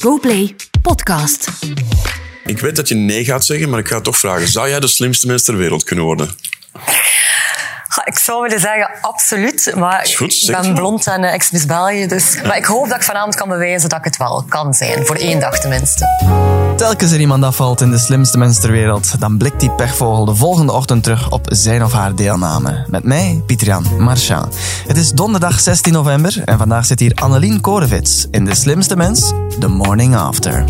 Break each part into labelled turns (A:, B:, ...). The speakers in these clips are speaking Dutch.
A: GoPlay Podcast.
B: Ik weet dat je nee gaat zeggen, maar ik ga toch vragen. Zou jij de slimste mens ter wereld kunnen worden?
C: Ja, Ik zou willen zeggen, absoluut. Maar
B: Is goed,
C: ik
B: zeg het
C: ben
B: maar.
C: blond en eh, ex-Miss België. Dus. Maar ik hoop dat ik vanavond kan bewijzen dat ik het wel kan zijn. Voor één dag tenminste.
D: Telkens er iemand afvalt in de slimste mens ter wereld, dan blikt die pechvogel de volgende ochtend terug op zijn of haar deelname. Met mij, Pietrian Marchand. Het is donderdag 16 november en vandaag zit hier Annelien Korevits in De Slimste Mens, The Morning After.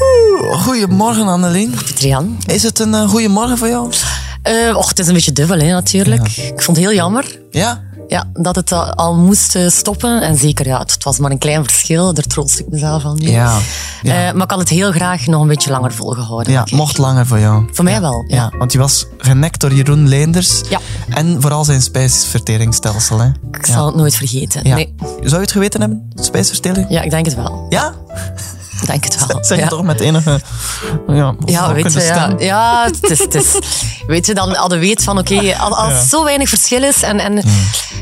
D: Oeh, Goedemorgen Annelien.
C: Trian?
D: Is het een eh, goede morgen voor jou?
C: Eh, och, het is een beetje dubbel, hè, natuurlijk. Ik vond het heel jammer
D: Ja?
C: ja, dat het al, al moest eh, stoppen. En zeker, ja, het, het was maar een klein verschil. Daar troost ik mezelf van nu.
D: Ja, ja.
C: Eh, maar ik had het heel graag nog een beetje langer volgehouden.
D: Ja,
C: denk ik.
D: mocht langer voor jou.
C: Voor mij wel, ja.
D: Ja, want die was genekt door Jeroen Leenders.
C: Ja.
D: En vooral zijn spijsverteringsstelsel. Hè?
C: Ik zal het nooit vergeten.
D: Ja.
C: Nee.
D: Zou je het geweten hebben? Spijsvertering?
C: Ja, ik denk het wel.
D: Ja?
C: Ik denk het wel.
D: Zeg je
C: ja.
D: toch met enige... Ja,
C: Ja, weet je,
D: kunnen
C: ja.
D: stemmen.
C: ja het is, het is. Weet je, dan hadden we weet van, oké, al- als
D: Ja.
C: zo weinig verschil is en, en,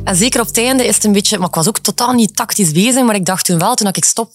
C: en zeker op het einde is het een beetje... Maar ik was ook totaal niet tactisch bezig, maar ik dacht toen wel, toen ik stop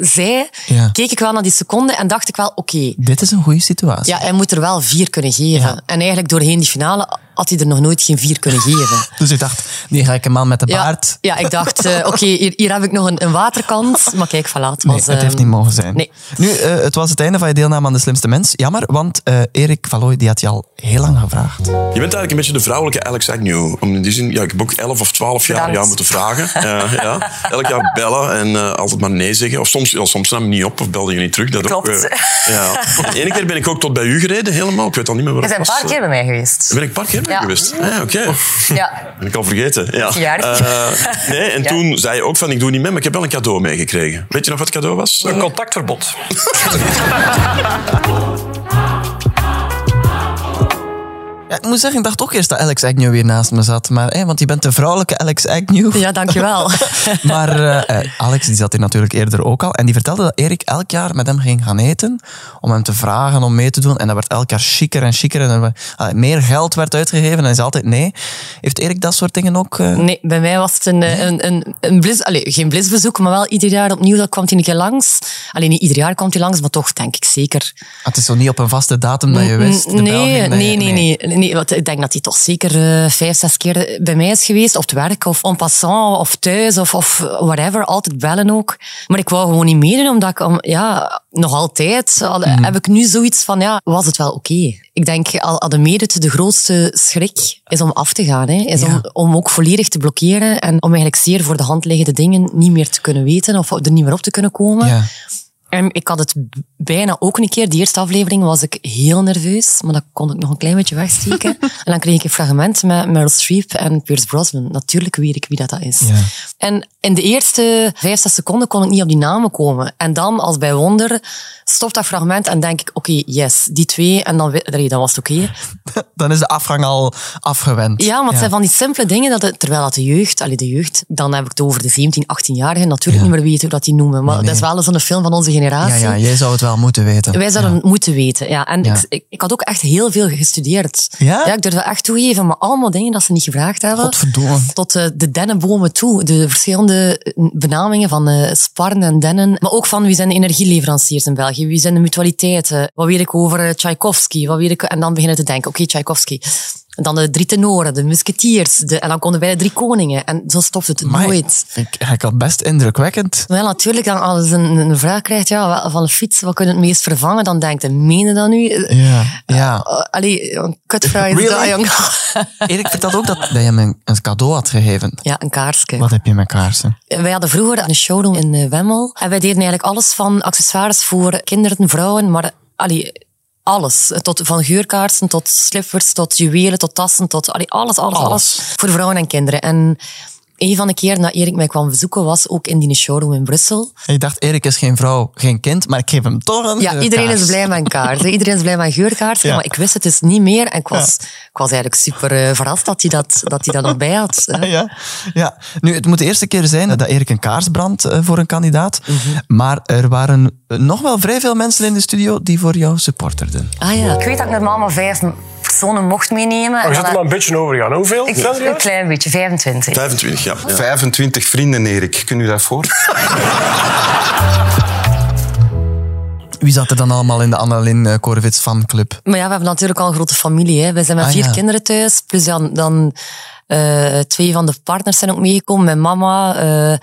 C: zei,
D: Ja.
C: keek ik wel naar die seconde en dacht ik wel, oké,
D: Dit is een goede situatie.
C: ja, hij moet er wel vier kunnen geven.
D: Ja.
C: En eigenlijk doorheen die finale had hij er nog nooit geen vier kunnen geven.
D: Dus ik dacht, die gekke man met de
C: Ja,
D: baard.
C: ja, ik dacht, eh, oké, hier, hier heb ik nog een, een waterkant. Maar kijk, voilà, het was...
D: Nee, het heeft
C: ehm,
D: niet mogen zijn.
C: nee.
D: Nu, eh, het was het einde van je deelname aan De Slimste Mens. Jammer, want eh, Erik Valooi die had je al heel lang gevraagd.
B: Je bent eigenlijk een beetje de vrouwelijke Alex Agnew. Om in die zin, ja, ik heb ook 11 of 12 jaar aan
C: Bedankt.
B: jou moeten vragen. Eh, ja. Elk jaar bellen en eh, altijd maar nee zeggen. Of soms, ja, soms nam je niet op of belde je niet terug. Dat Ook,
C: Klopt.
B: eh, ja. En de ene keer ben ik ook tot bij u gereden, helemaal. Ik weet al niet meer waar
C: Je
B: het
C: bent een
B: was. Eh,
C: paar keer bij mij geweest.
B: Ben ik een paar keer bij u
C: Ja.
B: geweest? Ah, oké.
C: Ja,
B: Ben ik al vergeten. Ja.
C: Jaar.
B: Eh, nee, en
C: Ja.
B: toen zei je ook van, ik doe niet mee, maar ik heb wel een cadeau meegekregen. Weet je nog wat het cadeau was?
E: Een contactverbod.
D: Ja, ik moet zeggen, ik dacht ook eerst dat Alex Agnew weer naast me zat. Maar, eh, want je bent de vrouwelijke Alex Agnew.
C: ja dankjewel.
D: Maar eh, eh, Alex die zat hier natuurlijk eerder ook al. En die vertelde dat Erik elk jaar met hem ging gaan eten. Om hem te vragen om mee te doen. En dat werd elk jaar chiquer en chiquer. En er we- allee, meer geld werd uitgegeven. En hij zei altijd nee. Heeft Erik dat soort dingen ook? eh,
C: Nee, bij mij was het een, eh, een, een, een blis, allee, geen blisbezoek, maar wel ieder jaar opnieuw. Dan kwam hij een keer langs. Alleen niet ieder jaar kwam hij langs, maar toch denk ik zeker.
D: Ah, Het is zo niet op een vaste datum dat je wist. de
C: nee,
D: Belgen, dat je-
C: Mm, nee, nee, nee, nee, Want ik denk dat hij toch zeker eh, vijf, zes keer bij mij is geweest. Op het werk, of en passant, of thuis, of, of whatever. Altijd bellen ook. Maar ik wou gewoon niet meedoen, omdat ik... om- Ja, nog altijd al-
D: Mhm.
C: heb ik nu zoiets van, ja, was het wel oké? Ik denk, al al de mede de grootste schrik is om af te gaan. Hè? Is om, om ook volledig te blokkeren en om eigenlijk zeer voor de hand liggende dingen niet meer te kunnen weten of er niet meer op te kunnen komen.
D: Ja.
C: En Ehm, ik had het b- bijna ook een keer. De eerste aflevering was ik heel nerveus, maar dat kon ik nog een klein beetje wegsteken. en dan kreeg ik een fragment met Meryl Streep en Pierce Brosnan. Natuurlijk weet ik wie dat, dat is.
D: Ja.
C: En in de eerste vijf, zes seconden kon ik niet op die namen komen. En dan, als bij wonder, stopt dat fragment en denk ik, oké, yes, die twee. En dan, we- allee, dan was het oké.
D: Dan is de afgang al afgewend.
C: Ja, want het zijn van die simpele dingen. Dat het- terwijl dat de jeugd, allee, de jeugd, dan heb ik het over de 17, 18-jarigen, natuurlijk niet meer weten hoe dat die noemen. Maar dat is wel zo'n film van onze
D: ja,
C: generatie.
D: ja, jij zou het wel moeten weten.
C: Wij zouden het moeten weten. Ja. En
D: Ja.
C: Ik, ik, ik had ook echt heel veel gestudeerd.
D: Ja?
C: ik durf dat echt toegeven, maar allemaal dingen dat ze niet gevraagd hebben.
D: Godverdomme.
C: Tot eh, de dennenbomen toe. De verschillende eh, benamingen van eh, sparren en dennen. Maar ook van wie zijn de energieleveranciers in België? Wie zijn de mutualiteiten? Wat weet ik over eh, Tchaikovsky? Wat weet ik... En dan beginnen te denken, oké, Tchaikovsky. En dan de drie tenoren, de musketiers. De... En dan konden wij de drie koningen. En zo stopt het
D: Amai,
C: nooit.
D: Ik, ik had best indrukwekkend.
C: Wel, natuurlijk, dan als een, een vraag krijgt ja, wel, van een fiets, wat kun je het meest vervangen? Dan denkt hij, meen je dat nu? Eh,
D: Ja. ja.
C: eh, allee, een kutvraag is dat,
D: Really?
C: jong.
D: Erik vertelde ook dat, dat je me een, een cadeau had gegeven.
C: Ja, een kaarsje.
D: Wat heb je met kaarsen?
C: Wij hadden vroeger een showroom in eh, Wemmel. En wij deden eigenlijk alles van accessoires voor kinderen, vrouwen, maar eh, allee, alles. Tot, van geurkaarsen tot slippers, tot juwelen, tot tassen, tot allee, alles, alles, alles,
D: Alles.
C: Voor vrouwen en kinderen. En een van de keren dat Erik mij kwam bezoeken was ook in die showroom in Brussel.
D: En je dacht, Erik is geen vrouw, geen kind, maar ik geef hem toch een
C: Ja,
D: eh,
C: iedereen
D: kaars.
C: is blij met een kaart. hè. Iedereen is blij met een geurkaart.
D: Ja.
C: Maar ik wist het dus niet meer. En ik was, ik was eigenlijk super eh, verrast dat hij dat, dat, hij dat nog bij had. hè.
D: Ja, ja. Nu, het moet de eerste keer zijn dat Erik een kaars brandt eh, voor een kandidaat.
C: Mhm.
D: Maar er waren eh, nog wel vrij veel mensen in de studio die voor jou supporterden.
C: Ah ja.
F: Ik weet dat ik normaal maar vijf
C: personen mocht meenemen.
E: Maar
C: En
E: je zit er
C: dan-
E: maar een beetje over gaan. Hoeveel?
C: ik, een klein beetje, 25.
B: 25, ja. ja.
F: 25 vrienden, Erik. Kun je dat voor?
D: Wie zat er dan allemaal in de Annalyn eh, Korvits fanclub?
C: Maar ja, we hebben natuurlijk al een grote familie. Hè. We zijn met
D: Ah,
C: vier
D: ja.
C: kinderen thuis. Plus dan, dan eh, twee van de partners zijn ook meegekomen. Mijn mama. eh,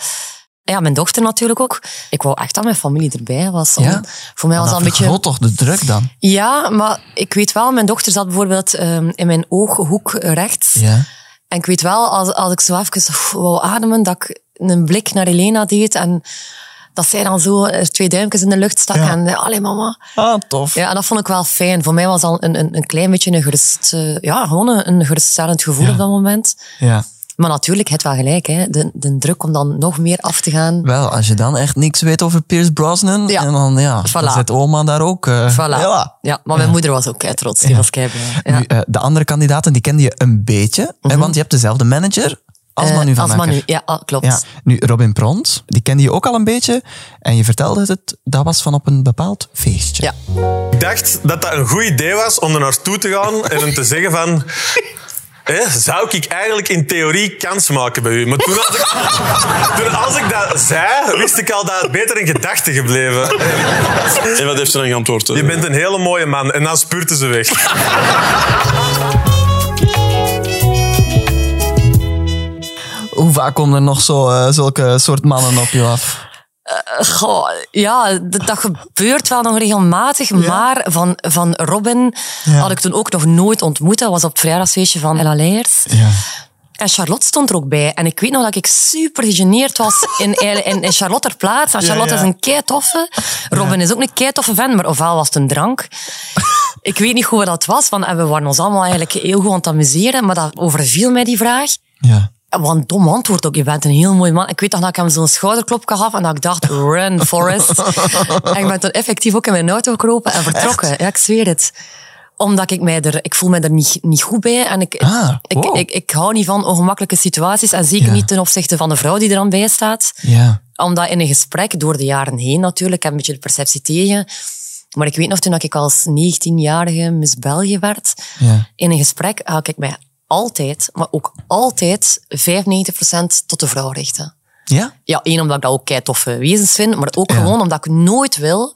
C: ja, mijn dochter natuurlijk ook. Ik wou echt dat mijn familie erbij was. om-
D: Ja?
C: Voor mij was dat een beetje...
D: Nou, vergroot toch de druk dan?
C: Ja, maar ik weet wel, mijn dochter zat bijvoorbeeld ehm, in mijn ooghoek rechts.
D: Ja.
C: En ik weet wel, als, als ik zo even oef, wou ademen, dat ik een blik naar Elena deed en dat zij dan zo er twee duimpjes in de lucht stak
D: Ja.
C: en eh, allee mama.
D: Ah, tof.
C: Ja, en dat vond ik wel fijn. Voor mij was al een, een, een klein beetje een gerust, eh, ja, gewoon een, een geruststellend gevoel op dat moment.
D: Ja.
C: Maar natuurlijk, het wel gelijk, hè. De, de druk om dan nog meer af te gaan.
D: Wel, als je dan echt niks weet over Pierce Brosnan,
C: Ja.
D: en dan, ja, dan
C: Voilà.
D: zit oma daar ook. eh,
C: Voilà.
D: ja.
C: Ja, maar mijn moeder was ook kei trots. Die was kei blij. Ja. Mhm.
D: Nu, eh, de andere kandidaten, die kende je een beetje, hè, want je hebt dezelfde manager als
C: Eh,
D: Manu van
C: als
D: Akker.
C: Manu, ja, ah, klopt.
D: Ja. Nu, Robin Pront, die kende je ook al een beetje. En je vertelde het, dat was van op een bepaald feestje.
C: Ja.
G: Ik dacht dat dat een goed idee was om er naartoe te gaan en hem te zeggen van... Hè, zou ik eigenlijk in theorie kans maken bij u? Maar toen als, ik, toen als ik dat zei, wist ik al dat het beter in gedachten gebleven.
B: En wat heeft ze dan geantwoord? hè?
G: Je bent een hele mooie man. En dan spuurte ze weg.
D: Hoe vaak komen er nog zo, eh, zulke soort mannen op je af?
C: Goh, ja, dat, dat gebeurt wel nog regelmatig. Maar van, van Robin had ik toen ook nog nooit ontmoet. Dat was op het verjaardagsfeestje van Ella Leijers. En Charlotte stond er ook bij. En ik weet nog dat ik super gegeneerd was in, in, in Charlotte haar plaats. En Charlotte
D: ja.
C: is een keitoffe. Robin is ook een keitoffe fan, maar ofwel was het een drank. Ik weet niet goed wat dat was. Want, en we waren ons allemaal eigenlijk heel goed aan het amuseren. Maar dat overviel mij die vraag.
D: Ja.
C: Want dom antwoord ook. Je bent een heel mooi man. Ik weet nog dat ik hem zo'n schouderklop gaf en dat ik dacht, run, Forrest. en ik ben toen effectief ook in mijn auto gekropen en vertrokken. Ja, ik zweer het. Omdat ik mij er, ik voel me er niet, niet goed bij. En ik,
D: Ah, wow.
C: ik, ik, ik hou niet van ongemakkelijke situaties. En zeker
D: Ja.
C: niet ten opzichte van de vrouw die er aan bij staat.
D: Ja.
C: Omdat in een gesprek, door de jaren heen natuurlijk, ik heb een beetje de perceptie tegen. Maar ik weet nog, toen ik als 19-jarige Miss België werd,
D: Ja.
C: in een gesprek ga ik mij altijd, maar ook altijd, 95% tot de vrouw richten.
D: Ja?
C: Ja, één, omdat ik dat ook kei toffe wezens vind, maar ook
D: Ja.
C: gewoon omdat ik nooit wil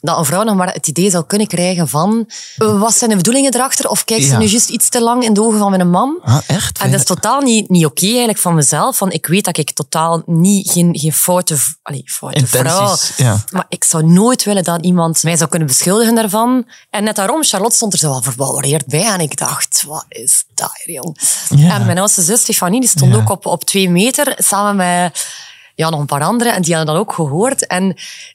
C: dat een vrouw nog maar het idee zou kunnen krijgen van eh, wat zijn de bedoelingen erachter? Of kijkt
D: Ja.
C: ze nu juist iets te lang in de ogen van mijn man?
D: Ah, echt?
C: En dat is totaal niet, niet oké eigenlijk van mezelf. Van ik weet dat ik totaal niet, geen, geen foute, v- allee, foute vrouw...
D: Intenties, ja.
C: Maar ik zou nooit willen dat iemand mij zou kunnen beschuldigen daarvan. En net daarom, Charlotte stond er zo wel verbouwereerd bij. En ik dacht, wat is dat, hier, jong?
D: Ja.
C: En mijn oudste zus, Stefanie, die stond
D: Ja.
C: ook op, op twee meter samen met... Ja, nog een paar anderen. En die hadden dat ook gehoord. En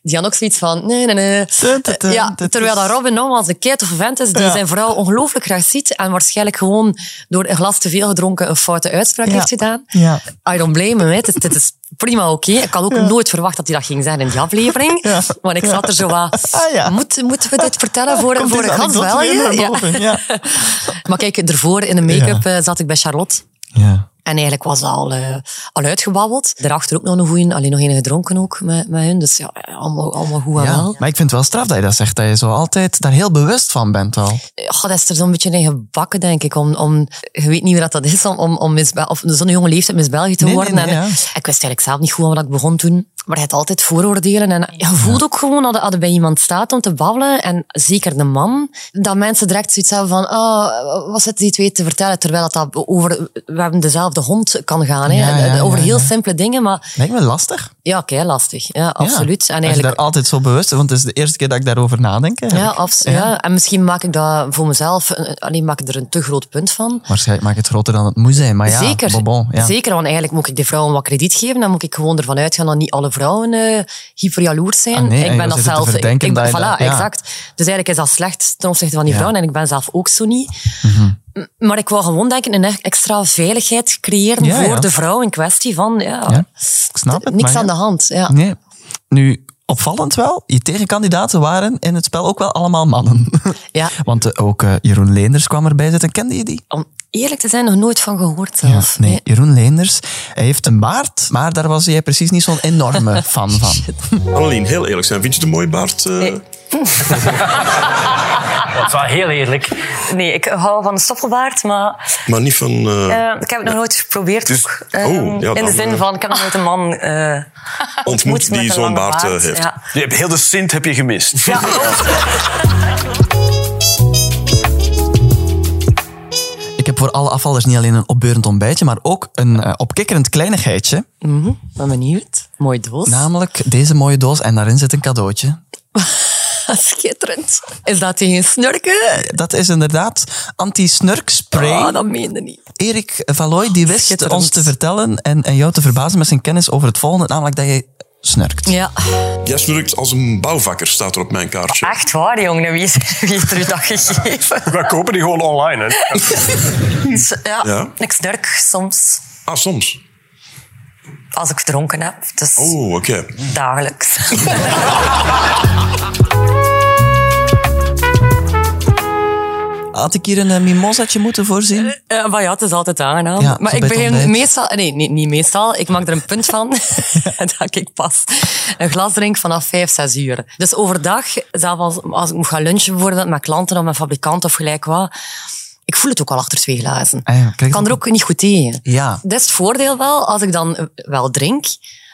C: die hadden ook zoiets van... Nee, nee, nee.
D: Tun, tun, tun,
C: Ja,
D: dit
C: terwijl
D: is-
C: dat Robin nogmaals een kei toffe vent is die
D: Ja.
C: zijn vrouw ongelooflijk graag ziet en waarschijnlijk gewoon door een glas te veel gedronken een foute uitspraak
D: Ja.
C: heeft gedaan.
D: Ja.
C: I don't blame him. hè. Het is, het is prima oké. Ik had ook nooit verwacht dat hij dat ging zijn in die aflevering. Want ik zat er zo wat...
D: Ah, ja.
C: Moet, moeten we dit vertellen voor,
D: Komt
C: voor
D: deze
C: gans
D: anekdote weer
C: België?
D: naar
C: Ja.
D: boven? Ja.
C: Maar kijk, ervoor in de make-up eh, zat ik bij Charlotte.
D: ja.
C: En eigenlijk was dat al, eh, al uitgebabbeld. Daarachter ook nog een goeie, alleen nog een gedronken ook met, met hun. Dus ja, allemaal, allemaal goed en
D: Ja,
C: wel.
D: maar ik vind het wel straf dat je dat zegt, dat je zo altijd daar heel bewust van bent al.
C: Goh, dat is er zo'n beetje in gebakken, denk ik. Om, om, je weet niet hoe dat dat is, om, om, om Miss Bel- of zo'n jonge leeftijd Miss België te
D: Nee, nee,
C: worden.
D: nee,
C: en, eh,
D: ja.
C: Ik wist eigenlijk zelf niet goed aan wat ik begon toen. Maar je had altijd vooroordelen. En je voelt ook gewoon dat als er bij iemand staat om te babbelen, en zeker de man, dat mensen direct zoiets hebben van, oh, wat zitten die twee te vertellen? Terwijl dat, dat over, we hebben dezelfde hond kan gaan. Hè? eh,
D: Ja, ja, ja,
C: over heel
D: ja.
C: simpele dingen, maar
D: Lijkt me lastig.
C: ja, kei lastig. Ja, absoluut.
D: Ja.
C: En
D: Als je
C: eigenlijk,
D: daar altijd zo bewust want het is de eerste keer dat ik daarover nadenk.
C: ja,
D: eigenlijk.
C: abs- ja. en misschien maak ik dat voor mezelf, eh, alleen maak ik er een te groot punt van.
D: Waarschijnlijk maakt het groter dan het moet zijn, maar Ah ja,
C: Zeker.
D: bon, bon, ja.
C: Zeker, want eigenlijk moet ik die vrouwen wat krediet geven. Dan moet ik gewoon ervan uitgaan dat niet alle vrouwen eh hyperjaloers zijn.
D: Ah, nee, en
C: ik ben
D: je
C: dat
D: zit te
C: zelf. Ik,
D: verdenken
C: ik-
D: dat je
C: voilà,
D: dat- ja.
C: exact. Dus eigenlijk is dat slecht ten opzichte van die
D: Ja. Mhm.
C: vrouwen. En ik ben zelf ook zo niet. M- Maar ik wil gewoon denk ik een e- extra veiligheid creëren
D: Ja,
C: voor
D: ja.
C: de vrouw in kwestie van ja,
D: Ja, ik snap het.
C: niks
D: maar
C: aan
D: ja.
C: de hand. Ja.
D: Nee. Nu, opvallend wel, je tegenkandidaten waren in het spel ook wel allemaal mannen.
C: Ja.
D: Want eh, ook eh, Jeroen Leenders kwam erbij zitten. Kende je die?
C: Om eerlijk te zijn, nog nooit van gehoord zelf.
D: nee, Jeroen Leenders. Hij heeft een baard, maar daar was jij precies niet zo'n enorme fan van.
B: Annelien, heel eerlijk zijn. Vind je het een mooie baard? eh?
E: Dat is wel heel eerlijk.
C: Nee, ik hou van de stoffelbaard, maar
B: Maar niet van... eh,
C: eh, ik heb het nog nooit geprobeerd.
B: Dus-
C: ook. Eh,
B: oh, ja,
C: in de
B: dan,
C: zin
B: eh,
C: van, ik heb nog nooit een man eh, ontmoet,
B: Ontmoet
C: met
B: die
C: een
B: zo'n
C: lange
B: baard, eh, heeft.
C: Ja.
E: Je hebt heel de Sint heb je gemist.
C: Ja, klopt.
D: Ik heb voor alle afvallers niet alleen een opbeurend ontbijtje, maar ook een eh, opkikkerend kleinigheidje.
C: ben benieuwd. Mooi doos.
D: Namelijk deze mooie doos en daarin zit een cadeautje.
C: Schitterend. Is dat tegen snurken?
D: Dat is inderdaad anti-snurkspray.
C: Oh, dat meende niet.
D: Erik Valoy die wist
C: Oh, Schitterend.
D: ons te vertellen en, en jou te verbazen met zijn kennis over het volgende, namelijk dat je snurkt.
C: Ja,
B: Jij snurkt als een bouwvakker, staat er op mijn kaartje.
C: echt waar, jongen. Wie, is- wie heeft er u dat gegeven?
G: We kopen die gewoon online. Hè.
C: Ja,
B: Ja.
C: ik snurk soms.
B: Ah, soms.
C: Als ik gedronken heb. Dus
B: Oh, oké.
C: dagelijks.
D: Had ik hier een eh, mimosatje moeten voorzien?
C: Eh, maar ja, het is altijd aangenaam.
D: Ja,
C: maar
D: zo
C: ik
D: bij het
C: begin
D: ontbijt.
C: meestal... Nee, niet, niet meestal. Ik maak er een punt van dat ik pas een glas drink vanaf 5, 6 uur. Dus overdag, zelfs als, als ik moet gaan lunchen bijvoorbeeld met klanten of met fabrikanten of gelijk wat, ik voel het ook al achter twee glazen.
D: Ah ja, krijg je
C: ik kan er
D: dat
C: ook niet goed tegen.
D: Ja.
C: Dat is het voordeel wel. Als ik dan eh, wel drink,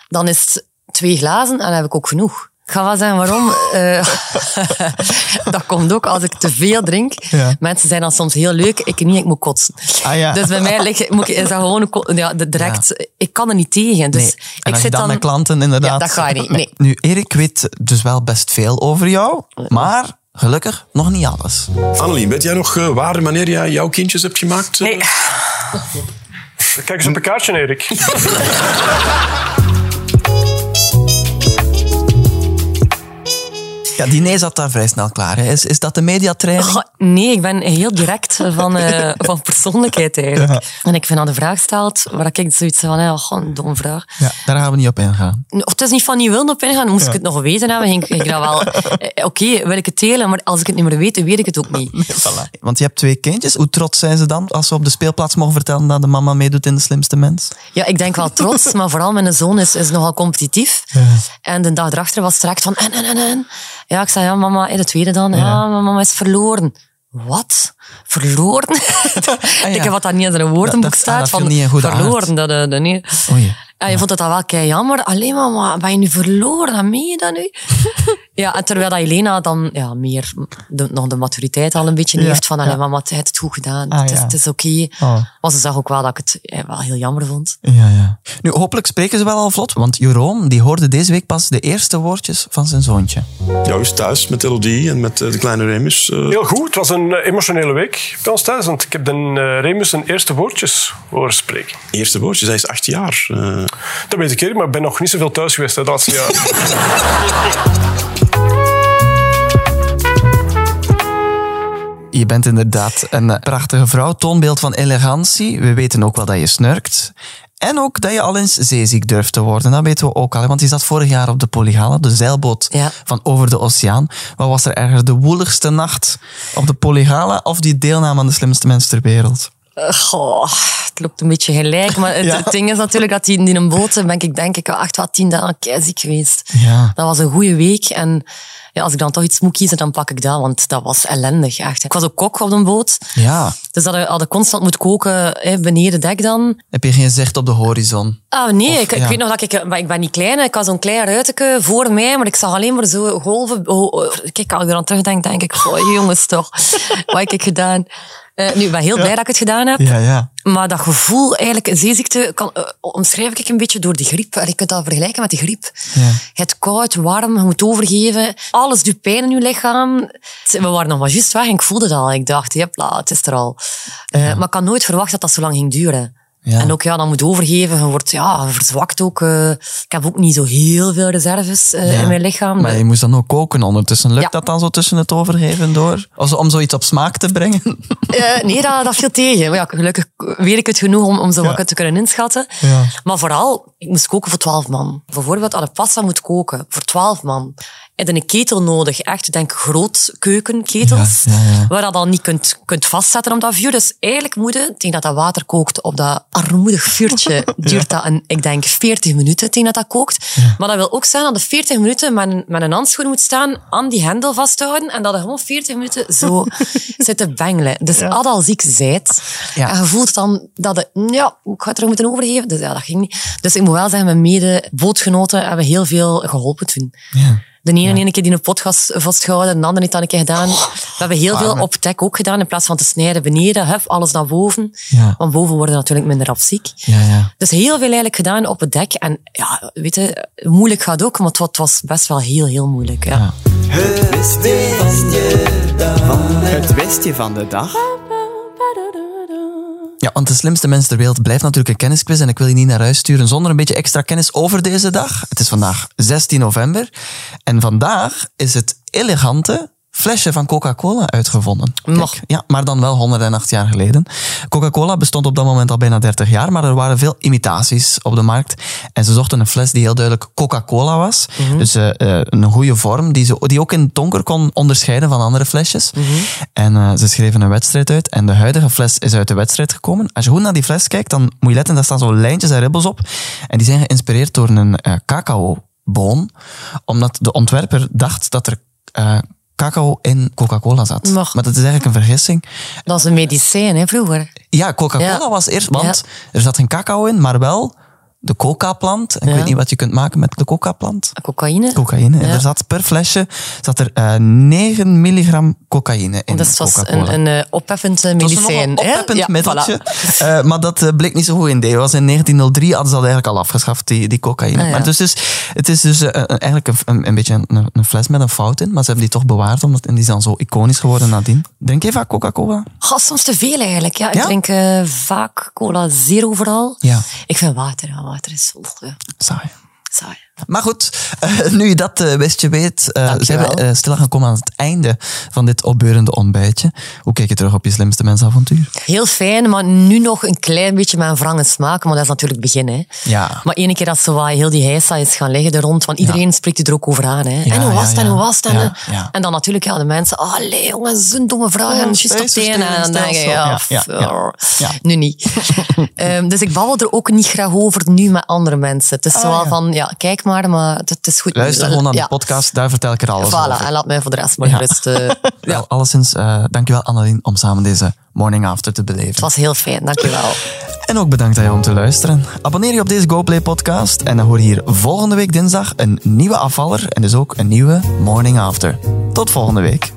C: dan is het twee glazen en dan heb ik ook genoeg. Ik ga wel zeggen waarom. Eh, dat komt ook als ik te veel drink.
D: Ja.
C: Mensen zijn dan soms heel leuk. Ik niet, ik moet kotsen.
D: Ah, ja.
C: Dus bij mij ligt, moet ik, is dat gewoon een ko- ja, de- direct. Ik kan er niet tegen. Dus
D: Nee. En
C: ik
D: als je
C: zit
D: dan,
C: dan.
D: met klanten inderdaad...
C: Ja, dat ga je niet, nee.
D: Nu, Erik weet dus wel best veel over jou, maar gelukkig nog niet alles.
B: Annelien, weet jij nog eh, waar en wanneer jij jouw kindjes hebt gemaakt?
C: Nee,
G: Kijk eens op een kaartje, Erik.
D: Ja, diner zat daar vrij snel klaar. Hè. Is, is dat de mediatraining?
C: Goh, nee, ik ben heel direct van, eh, van persoonlijkheid eigenlijk. En ik vind aan de vraag stelt, waar ik zoiets van, eh, goh, een dom vraag.
D: Ja, daar gaan we niet op ingaan.
C: Of het is niet van niet willen op ingaan, moest ik het nog weten hebben, ging, ging ik dat wel... eh, Oké, wil ik het delen, maar als ik het niet meer weet, weet ik het ook niet.
D: Want je hebt twee kindjes. Hoe trots zijn ze dan als ze op de speelplaats mogen vertellen dat de mama meedoet in de slimste mens?
C: Ja, ik denk wel trots, maar vooral mijn zoon is, is nogal competitief. En de dag erachter was direct van en, en, en, en. Ja, ik zei, ja, mama, in de tweede dan. Ja, maar mama is verloren. Wat? Verloren? Ik heb wat dat niet in de woordenboek
D: Ah, Dat- dat-
C: staat.
D: ah, dat viel
C: van
D: niet in goede aard.
C: verloren. Dat, eh, dat niet.
D: Oei.
C: En je vond dat dan wel kei jammer. Alleen mama, ben je nu verloren? Dat meen je dat nu? ja, en terwijl dat Elena dan ja, meer de, nog de maturiteit al een beetje
D: Ja,
C: heeft van, allee,
D: ja.
C: mama, het heeft het goed gedaan.
D: Ah,
C: het is,
D: ja.
C: het is oké.
D: Oh.
C: Maar ze zag ook wel dat ik het eh, wel heel jammer vond.
D: Ja, ja. Nu, hopelijk spreken ze wel al vlot, want Jeroen die hoorde deze week pas de eerste woordjes van zijn zoontje.
B: Juist, thuis met Elodie en met eh, de kleine Remus. eh,
H: Heel goed. Het was een eh, emotionele week bij ons thuis. Want ik heb de eh, Remus zijn eerste woordjes horen spreken.
B: Eerste woordje, zij is acht jaar. eh.
H: Dat weet ik eerlijk, maar ik ben nog niet zoveel thuis geweest hè, de laatste jaren.
D: Je bent inderdaad een eh, prachtige vrouw, toonbeeld van elegantie. We weten ook wel dat je snurkt. En ook dat je al eens zeeziek durft te worden. Dat weten we ook al. hè, Want je zat vorig jaar op de Polygale, de zeilboot
C: Ja.
D: van over de oceaan. Wat was er erger, de woeligste nacht op de Polygale of die deelname aan de slimste mens ter wereld?
C: Eh, Goh, het loopt een beetje gelijk. Maar het,
D: Ja.
C: het ding is natuurlijk dat die in een boot ben ik denk ik wel echt wel tien dagen keiziek geweest.
D: Ja.
C: Dat was een goede week. En ja, als ik dan toch iets moet kiezen, dan pak ik dat. Want dat was ellendig, echt. Ik was ook kok op een boot.
D: Ja.
C: Dus dat hadden constant moet koken hè, beneden dek dan.
D: Heb je geen zicht op de horizon?
C: Ah, nee,
D: Of,
C: ik, ik
D: ja.
C: weet nog dat ik... Maar ik ben niet klein, hè. ik had zo'n klein ruitje voor mij, maar ik zag alleen maar zo golven... oh, oh, kijk, als ik eraan terugdenk, denk ik, goh, jongens toch, wat heb ik gedaan? Eh, nu, ik ben heel blij dat ik het gedaan heb.
D: ja.
C: Maar dat gevoel, eigenlijk, een zeeziekte, kan, eh, omschrijf ik een beetje door de griep. Allee, Je kunt dat vergelijken met de griep.
D: Ja.
C: Het koud, warm, je moet overgeven. Alles doet pijn in je lichaam. We waren nog maar juist weg en ik voelde dat al. Ik dacht, jepla, het is er al. Eh, Maar ik had nooit verwacht dat dat zo lang ging duren.
D: Ja.
C: En ook, ja, dan moet je overgeven. Je wordt ja, verzwakt ook. eh. ik heb ook niet zo heel veel reserves eh,
D: Ja.
C: in mijn lichaam.
D: Maar je moest dan ook koken ondertussen. Lukt
C: Ja.
D: dat dan zo tussen het overgeven door? Als- Om zoiets op smaak te brengen?
C: Eh, nee, dat, dat viel tegen. Maar ja, gelukkig weet ik het genoeg om, om zo wat te kunnen inschatten.
D: Ja.
C: Maar vooral, Ik moest koken voor twaalf man. Bijvoorbeeld, als een pasta moet koken voor twaalf man, heb je een ketel nodig. Echt, ik denk groot keukenketels,
D: Ja, ja, ja.
C: waar dat al niet kunt, kunt vastzetten op dat vuur. Dus eigenlijk moet je, tegen dat dat water kookt op dat armoedig vuurtje, duurt dat, een, ik denk, 40 minuten tegen dat dat kookt. Maar dat wil ook zeggen dat je 40 minuten met, een- met een handschoen moet staan, aan die hendel vasthouden, en dat je gewoon 40 minuten zo zit te bengelen. Dus als je al ziek zijt,
D: Ja.
C: en je voelt dan dat het, ja, ik ga het er moeten overgeven. Dus ja, dat ging niet. Dus ik moet wel zeggen, mijn mede-bootgenoten hebben heel veel geholpen toen. De ene en ene keer die een pot gas- vastgehouden, de andere heeft dat een keer gedaan.
D: Oh,
C: We hebben heel veel
D: arme.
C: op tech ook gedaan, in plaats van te snijden beneden, hef, alles naar boven.
D: Ja.
C: Want boven worden natuurlijk minder rap ziek.
D: Ja, ja.
C: Dus heel veel eigenlijk gedaan op het dek. En ja, weet je, moeilijk gaat ook, maar het wa- het was best wel heel, heel moeilijk. Ja.
I: Het westje van de dag.
D: Ja, want de slimste mens ter wereld blijft natuurlijk een kennisquiz. En ik wil je niet naar huis sturen zonder een beetje extra kennis over deze dag. Het is vandaag 16 november. En vandaag is het elegante flesje van Coca-Cola uitgevonden. Kijk,
C: Nog.
D: Ja, maar dan wel 108 jaar geleden. Coca-Cola bestond op dat moment al bijna 30 jaar, maar er waren veel imitaties op de markt. En ze zochten een fles die heel duidelijk Coca-Cola was. Dus eh, eh, een goede vorm, die, ze, die ook in het donker kon onderscheiden van andere flesjes. En eh, ze schreven een wedstrijd uit en de huidige fles is uit de wedstrijd gekomen. Als je goed naar die fles kijkt, dan moet je letten, daar staan zo lijntjes en ribbels op. En die zijn geïnspireerd door een eh cacao-boon, omdat de ontwerper dacht dat er... eh, Cacao in Coca-Cola zat.
C: Mag.
D: Maar dat is eigenlijk een vergissing.
C: Dat was een medicijn, hè, vroeger.
D: Ja, Coca-Cola
C: Ja.
D: was eerst, want
C: Ja.
D: er zat geen cacao in, maar wel de coca-plant. En Ik
C: Ja.
D: weet niet wat je kunt maken met de coca-plant.
C: Cocaïne.
D: Cocaïne. En
C: Ja.
D: er zat per flesje zat er, eh 9 milligram cocaïne in
C: Dus het was
D: Coca-Cola.
C: een, een eh, opheppend eh,
D: Het was nogal
C: medicijn. hè?
D: opheppend
C: Ja,
D: middeltje.
C: voilà.
D: Eh, maar dat eh, bleek niet zo goed in idee. Was in 1903 hadden ze dat eigenlijk al afgeschaft, die, die cocaïne.
C: Ah, ja.
D: Maar dus, is- het is dus eh, een- eigenlijk een, een, een beetje een, een fles met een fout in. Maar ze hebben die toch bewaard, omdat, en die is dan zo iconisch geworden nadien. Drink je vaak Coca-Cola?
C: Goh, soms te veel eigenlijk. Ja, ik
D: Ja?
C: drink eh, vaak cola zero vooral.
D: Ja.
C: Ik vind water. ja, Water is oeh, ja,
D: Saai.
C: saai.
D: Maar goed, eh, nu je dat eh, wist je weet, eh,
C: Dankjewel.
D: zijn we eh, stilaan gekomen aan het einde van dit opbeurende ontbijtje. Hoe kijk je terug op je slimste mensavontuur?
C: Heel fijn, maar nu nog een klein beetje met een wrange smaak. Maar dat is natuurlijk het begin. Hè.
D: Ja.
C: Maar ene keer dat ze wat heel die heisa is gaan liggen er rond. Want iedereen spreekt er ook over aan. Hè.
D: Ja,
C: en hoe was het?
D: ja,
C: En
D: ja.
C: hoe was het? En,
D: Ja,
C: eh,
D: ja.
C: en dan natuurlijk ja, de mensen. Allee jongen, zo'n domme vraag. en
D: Oh,
C: je stopt
D: spijs,
C: in. En dan denk je,
D: versteuring,
C: ja,
D: stelsel. Ja, ja, ja.
C: pff,
D: Ja.
C: nu niet. Ehm, dus ik babbel er ook niet graag over nu met andere mensen. Het is wel
D: Ah, ja.
C: van, ja, kijk maar, maar het, het is goed.
D: Luister gewoon naar de
C: Ja.
D: podcast, daar vertel ik er alles
C: Voilà,
D: over.
C: en laat mij voor de rest maar
D: Ja.
C: gerust. eh,
D: Wel, alleszins, eh, dankjewel Annelien om samen deze morning after te beleven.
C: het was heel fijn, dankjewel.
D: En ook bedankt aan jou om te luisteren. Abonneer je op deze GoPlay podcast en dan hoor je hier volgende week dinsdag een nieuwe afvaller en dus ook een nieuwe morning after. Tot volgende week.